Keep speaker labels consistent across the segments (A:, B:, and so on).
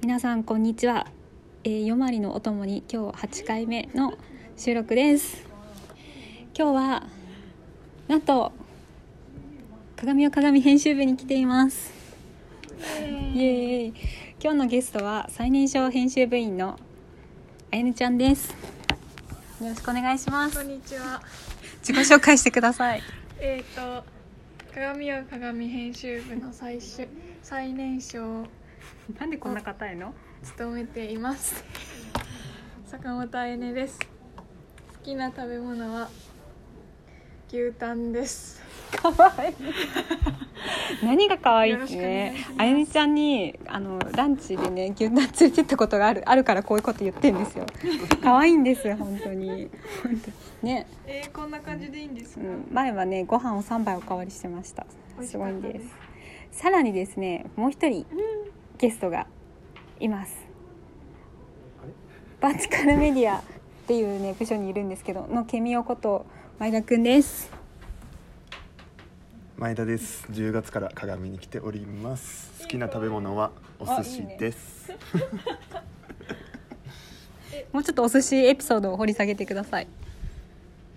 A: 皆さんこんにちは、えー、夜回りのお供に今日8回目の収録です今日はなんと鏡を鏡編集部に来ていますイエーイ今日のゲストは最年少編集部員のあやねちゃんですよろしくお願いしま
B: こ
A: す
B: んにちは。
A: 自己紹介してください
B: えっ、と鏡を鏡編集部の最終最年少を
A: なんでこんな硬いの
B: 務めています。 坂本彩音です。好きな食べ物は牛タンです。
A: 可愛い何が可愛いって
B: よろ
A: ね
B: しくお願いします
A: あやねちゃんにあのランチでね牛タン連れてったことがあるあるからこういうこと言ってんですよ可愛いんですよ本当に本当にね、
B: えー、こんな感じでいいんです
A: う
B: か。
A: ん、前はねご飯を3杯おかわりしてました
B: 美味し
A: す
B: かっ
A: ごい
B: た
A: ん
B: です
A: ですさらにですねもう一人ゲストがいますバーチカルメディアっていうね部署にいるんですけどのケミオこと前田くんです
C: 前田です10月から鏡に来ております好きな食べ物はお寿司です
A: もうちょっとお寿司エピソードを掘り下げてください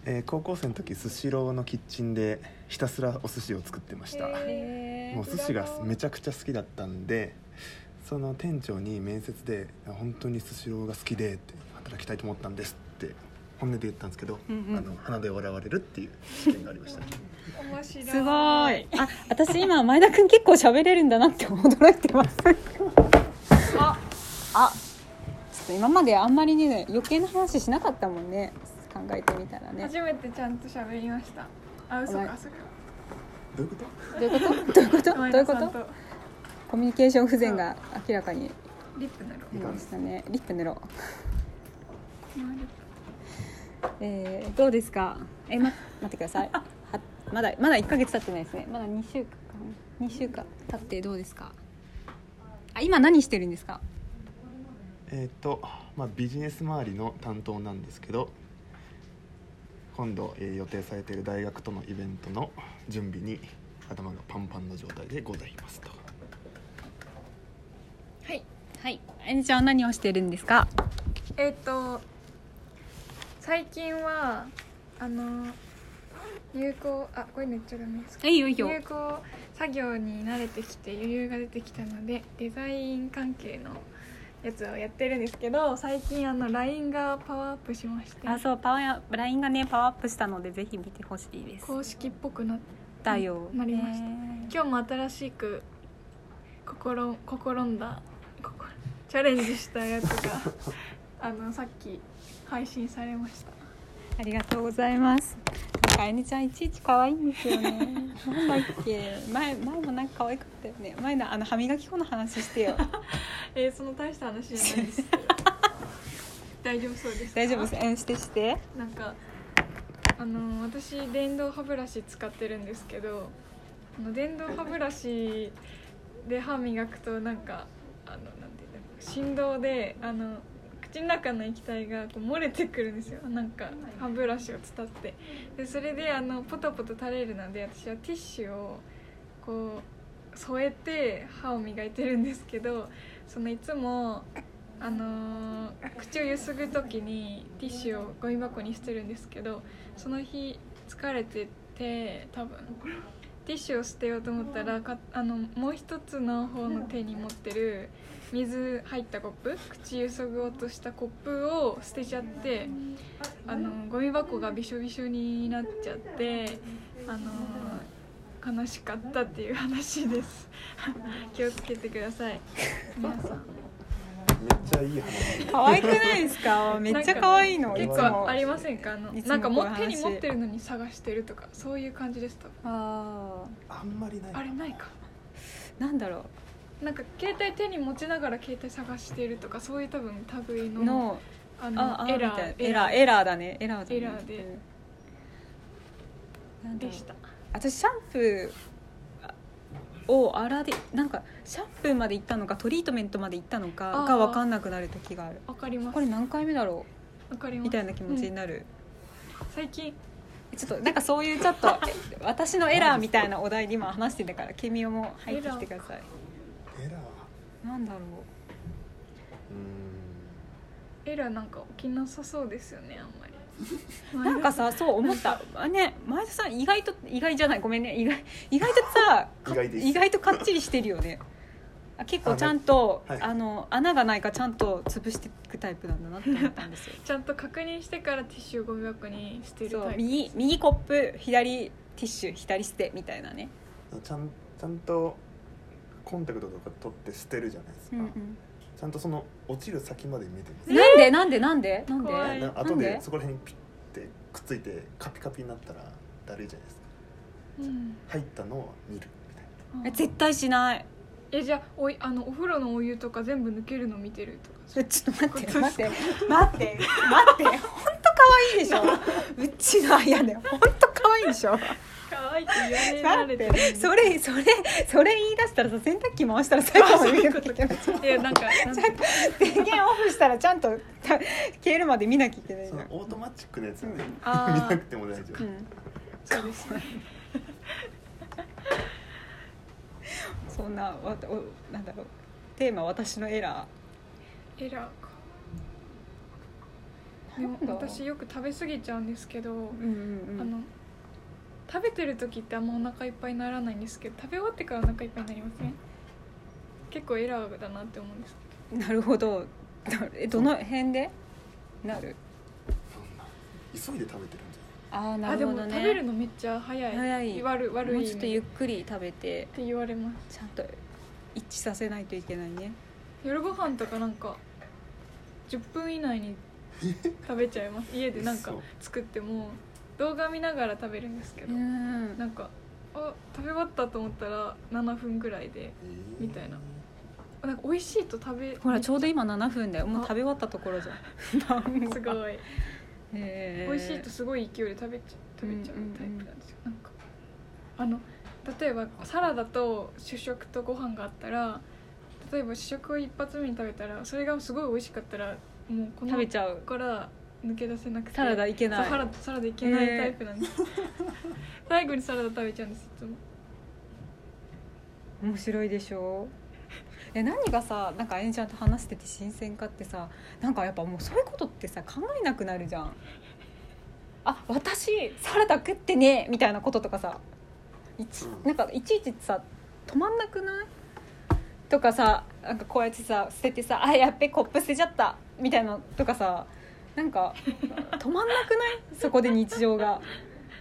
C: えー高校生の時スシローのキッチンでひたすらお寿司を作ってました
A: へー
C: もう寿司がめちゃくちゃ好きだったんでその店長に面接で本当にスシローが好きでって働きたいと思ったんですって本音で言ったんですけど、
A: うんうん
C: あの鼻で笑われるっていう試験がありました、ね、
B: 面白い。
A: すごい。あ、私今前田くん結構喋れるんだなって驚いてます。あ、あ、ちょっと今まであんまりね余計な話しなかったもんね。考えてみたらね。
B: 初めてちゃんと喋りました。あ、嘘か、それ
C: どういうこと
A: どういうこと？どういうこと？どう
B: は。
A: いうこと？
B: と
A: コミュニケーション不全が明らかに
B: リップ塗ろう。
A: 出ましたね。リップ塗ろう。
B: まあリップ
A: えー、どうですか。え、ま、待ってくだ さい。はまだまだ一ヶ月経ってないですね。まだ二週間、二週間経ってどうですか。あ、今何してるんですか。
C: えっ、と、まあ、ビジネス周りの担当なんですけど今度、えー予定されている大学とのイベントの準備に頭がパンパンの状態でございますと
B: はい。
A: はい、あやねちゃんは何をしてるんですか。
B: えっ、と最近はあの有効あこれめっちゃダメですか
A: いいよいいよ。
B: 有効作業に慣れてきて余裕が出てきたのでデザイン関係のやつをやってるんですけど最近あの LINE がパワーアップしまして
A: あ、そう、パワー、ラインがね、パワーアップしたので、ぜひ見てほしいです。
B: 公式っぽくなって
A: だよ。。
B: なりました今日も新しく心心んだ心チャレンジしたやつがあのさっき配信されました
A: ありがとうございます。なんかあやねちゃんいちいち可愛いんですよね。 なんだっけ、前、前もなんか可愛かったよね。前のあの歯磨き粉の話して よ。
B: えー、その大した話じゃな いですけど大丈夫そうですか
A: 大丈夫です。うん、してして。
B: なんかあのー私電動歯ブラシ使ってるんですけどあの電動歯ブラシで歯磨くとなんかあのなんていうんだろう振動であの口の中の液体がこう漏れてくるんですよなんか歯ブラシを伝ってでそれであのポタポタ垂れるので私はティッシュをこう添えて歯を磨いてるんですけどそのいつもあのー口をゆすぐ時にティッシュをゴミ箱にしてるんですけどその日疲れてて多分ティッシュを捨てようと思ったらかあのもう一つの方の手に持ってる水入ったコップ口ゆすごうとしたコップを捨てちゃってあのゴミ箱がびしょびしょになっちゃってあのー悲しかったっていう話です 気をつけてください皆さん
C: めっちゃいい話
A: 可愛くないですか。めっちゃ可愛いの。
B: 結
A: いつも
B: 構ありませんかあの
A: いつも
B: なんか
A: こ
B: も
A: ういう話
B: 手に持ってるのに探してるとかそういう感じですと
A: あ
C: あんまりない
B: あれないか
A: あ、なんだろ
B: なんか携帯手に持ちながら携帯探してるとかそういう多分類の
A: う。の。
B: あ
A: あ
B: の
A: あ
B: エ
A: エ
B: ラ
A: ラー
B: ー
A: エラーエラーだねエラーだね
B: エラーで
A: うんなんだろ
B: で
A: う
B: した
A: 私シャンプーを洗でなんかシャンプーまで行ったのかトリートメントまで行ったのか
B: あー
A: が分かんなくなる時がある
B: わかります
A: これ何回目だろ
B: わかり
A: う
B: ます
A: みたいな気持ちになる、
B: 最近
A: ちょっとなんかそういうち ょっとえ私のエラーみたいなお題で今話してたからケミオも入ってきてください
C: エラー
A: なんだろう
B: エラなんか起きなさそうですよねあんまり
A: なんかさそう思ったあね前田さん意外と意外じゃないごめんね意外意外と さか
C: 意外です
A: 意外とかっちりしてるよねあ結構ちゃんとあ、
C: あなんかはい
A: の穴がないかちゃんと潰していくタイプなんだなって思ったんですよ
B: ちゃんと確認してからティッシュをゴミ箱に捨てる
A: そ
B: タ
A: う
B: イプ
A: 右右コップ左ティッシュ左捨てみたいなね、
C: うんちゃんちゃんとコンタクトとか取って捨てるじゃないです
A: う
C: か、
A: んうん
C: ちゃんとその落ちる先まで見てます、
A: なんでなんでなんでなんで
B: 怖い
C: な
A: なん
C: 後
A: で
C: でそこら辺にピッてくっついてカピカピになったらだるいじゃないですか
B: うん
C: 入ったのを見るみたい
B: あ
A: え絶対しない
B: えじゃあおいあのお風呂のお湯とか全部抜けるの見てるとか
A: えちょっと待って
B: 本当
A: 待って待って待って本当可愛いでし ょうちのやね本当可愛いでしょ
B: 可愛いって言わ
A: だ
B: れら
A: っ
B: れて
A: て
B: る
A: それそれそれ言い出したらさ洗濯機回したら最後まで見なきゃいけない
B: いやなんかなんて
A: 電源オフしたらちゃんと た消えるまで見なきゃいけな
C: ないそ
A: じゃ
C: の
A: ん
C: オートマチックのやつはね、 見
B: あ
C: な
B: あ
C: くても大丈夫、
A: うん
B: そうですね
A: そんなわたおなんだろうテーマ私のエラ
B: エラーか
A: な
B: で
A: ん
B: も
A: だ
B: 私よく食べ過ぎちゃうんですけど、
A: ーうん
B: あの食べてる時ってあんまお腹いっぱいにならないんですけど食べ終わってからお腹いっぱいになりません結構エラーだなって思うんです
A: なるほどどえどの辺でなる
C: そんな急いで食べてるんじ
A: ああ
B: け
A: なるほど
B: あ
A: ね
B: でも食べるのめっちゃ早い
A: 早い
B: 悪悪い
A: も
B: 意
A: う
B: 味
A: ちょっとゆっくり食べて
B: って言われます
A: ちゃんと一致させないといけないね
B: 夜ご飯とかなんか10分以内に食べちゃいます家でなんか
C: 嘘
B: 作っても動画見ながら食べるんですけど、
A: ん
B: なんかあ食べ終わったと思ったら7分ぐらいで
C: ゃない、
B: みたいななんか美味しいと食べ
A: ほらちょうど今7分だよもう食べ終わったところじゃ ん
B: すごい
A: へー
B: 美味しいとすごい勢いで食べちゃ食べちゃうタイプなんですよ、なんかあの例えばサラダと主食とご飯があったら例えば主食を一発目に食べたらそれがすごい美味しかったらもうこの
A: 食べちゃう
B: から抜け出せなくて
A: サラダいけない
B: そうサラダサラダいけない
A: へー
B: タイプなんです、 最後にサラダ食べちゃうんですいつも
A: 面白いでしょえ何がさなんかあやねちゃんと話してて新鮮かってさなんかやっぱもうそういうことってさ考えなくなるじゃんあ私サラダ食ってねみたいなこととかさいち
C: うん
A: なんかいちいちさ止まんなくないとかさなんかこうやってさ捨ててさ「あやっべコップ捨てちゃった」みたいなとかさなんか止まんなくないそこで日常が。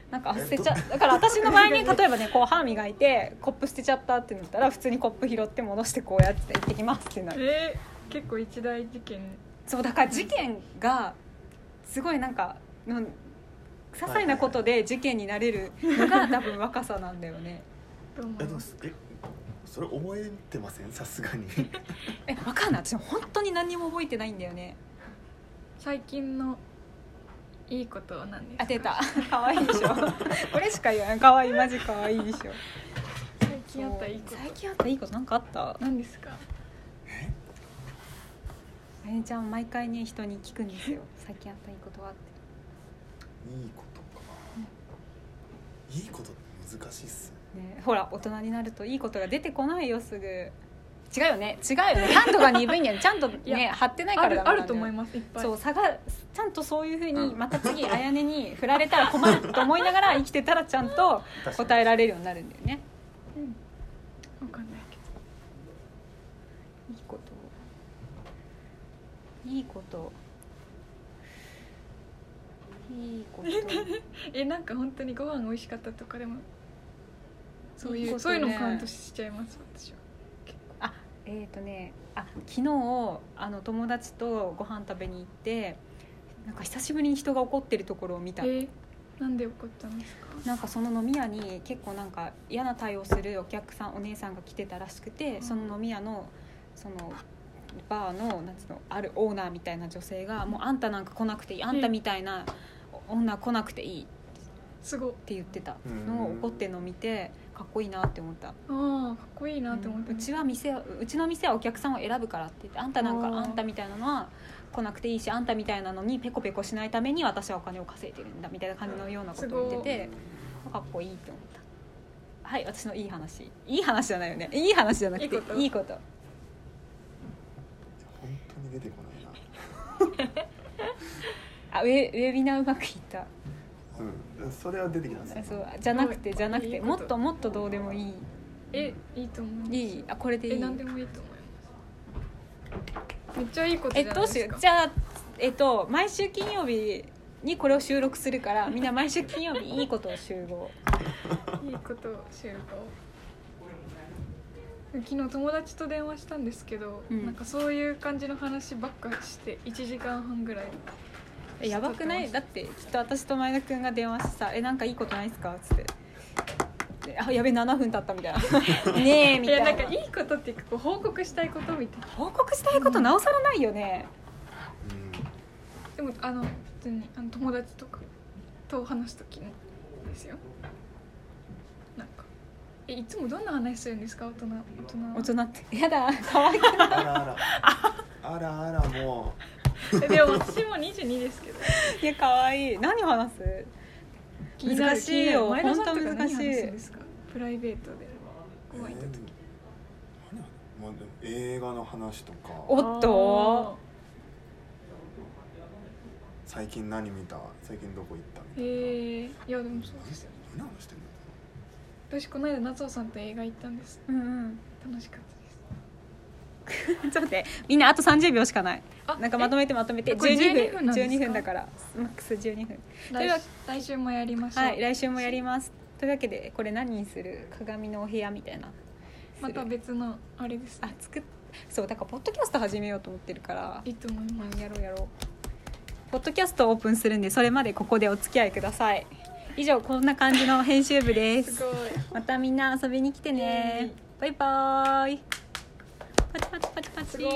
A: なんかあ捨てちゃだから私の場合に例えばねこう歯磨いてコップ捨てちゃったってなったら普通にコップ拾って戻してこうやって行ってきますってなる
B: えー結構一大事件
A: そうだから事件がすごいなんかの些細なことで事件になれるのが多分若さなんだよね
B: と思
C: え
B: い
C: でも
B: ます
C: えそれ覚えてませんさすが に
A: え分かんない私本当に何にも覚えてないんだよね
B: 最近のいいことは何ですか
A: あ出た可愛いでしょこれしか言わない可愛いマジ可愛いでしょ
B: 最近あったいいこ
A: そう最
B: と
A: 近あったいいことなんかあった
B: 何ですか
A: あやねちゃん毎回ね人に聞くんですよ最近あったいいことはって
C: いいことかいいことって難しいっすよ
A: ね、ほら大人になるといいことが出てこないよすぐ違うよね違うよね感度が鈍いんやちゃんと
B: い
A: ね
B: や
A: 張ってないか
B: あ
A: ら
B: るあると思い
A: ま
B: ますいっぱい
A: そう差がちゃんとそういうふうに
C: うん
A: また次あやねに振られたら困ると思いな がら生きてたらちゃんと
C: 確かに
A: 答えられるようになるんだよね
B: うんわかんないけど
A: いいこといいこといいこと
B: えなんか本当にご飯美味しかったとかでも そういう
A: いいことね
B: そういうのもカウントしちゃいます私は
A: えーとね、あ昨日あの友達とご飯食べに行ってなんか久しぶりに人が怒ってるところを見た
B: えーなんで怒ったんですか
A: なんかその飲み屋に結構なんか嫌な対応するお客さんお姉さんが来てたらしくてその飲み屋のそのバーのなんつうのあるオーナーみたいな女性が「もうあんたなんか来なくていいあんたみたいな女来なくていい」っ
B: すごい
A: て言ってたのを怒ってるのを見てかっこいいなって思った。
B: ああかっこいいなと思って
A: うちは店はうちの店はお客さんを選ぶからって言ってあんたなんか
B: あー
A: あんたみたいなのは来なくていいしあんたみたいなのにペコペコしないために私はお金を稼いでるんだみたいな感じのようなことを言っててかっこいいって思ったはい私のいい話いい話じゃないよねいい話じゃなくてい
B: いいこと
A: いいこと
C: 本当にに出てこないな
A: あウェウェビナーうまくいった
C: うんそれは出てきます
A: あそうじゃなくて
B: はい
A: じゃなく
B: い
A: て
B: いこと
A: もっともっとどうでもいい
B: えいいと思います
A: いいあこれでい
B: え
A: い
B: 何でもいいと思いますめっちゃいいことじ
A: え
B: ゃない
A: どうし
B: で
A: よ
B: すか
A: うじゃあえっと毎週金曜日にこれを収録するからみんな毎週金曜日いいことを集合
B: いいことしようか昨日友達と電話したんですけど、
A: うん
B: なんかそういう感じの話ばっかして1時間半ぐらい
A: えやばくないだってきっと私と前田君が電話してさ「えなんかいいことないっすか?」っつってで「あやべ7分経った」みたい な「ねえ」
B: い
A: みたい
B: や
A: な
B: なんかいいことっていうかこう報告したいことみたいな
A: 報告したいことなおさらないよね、
C: う
B: でもあの普通にあの友達とかと話す時のですよなんかえいつもどんな話するんですか大人
A: 大
B: 大人
A: 人ってやだ可愛くない
C: んあ らあらあらあらも
B: えでも私も22ですけど
A: いや可愛い何話す
B: 気になる
A: 難しいよ
B: 気になる前田さ
A: ほ
B: んとか
A: んと難
B: 何
A: しい
B: 話すんですかプライベートで
C: う
B: 怖い
C: えー何まあでも映画の話とか
A: おっと
C: 最近何見た最近どこ行った
B: へえいやでもそうですよ
C: 何話してんの
B: 私この間夏雄さんと映画行ったんです
A: うん
B: 楽しかったです
A: うんちょっと待ってみんなあと30秒しかない
B: あ
A: なんかまとめてまとめて
B: えこれ
A: 12分
B: 12分なんですか
A: 12分だからマックス12分
B: え
A: というわ
B: 来来週もやりましょう、
A: はい来週もやりますというわけでこれ何にする鏡のお部屋みたいなする
B: また別のあれです
A: あ作っそうだからポッドキャスト始めようと思ってるから
B: いいと思います
A: やろうやろうポッドキャストをオープンするんでそれまでここでお付き合いください以上こんな感じの編集部ですす
B: ごい
A: またみんな遊びに来てねバイバーイパチパチパチパチ
B: すごい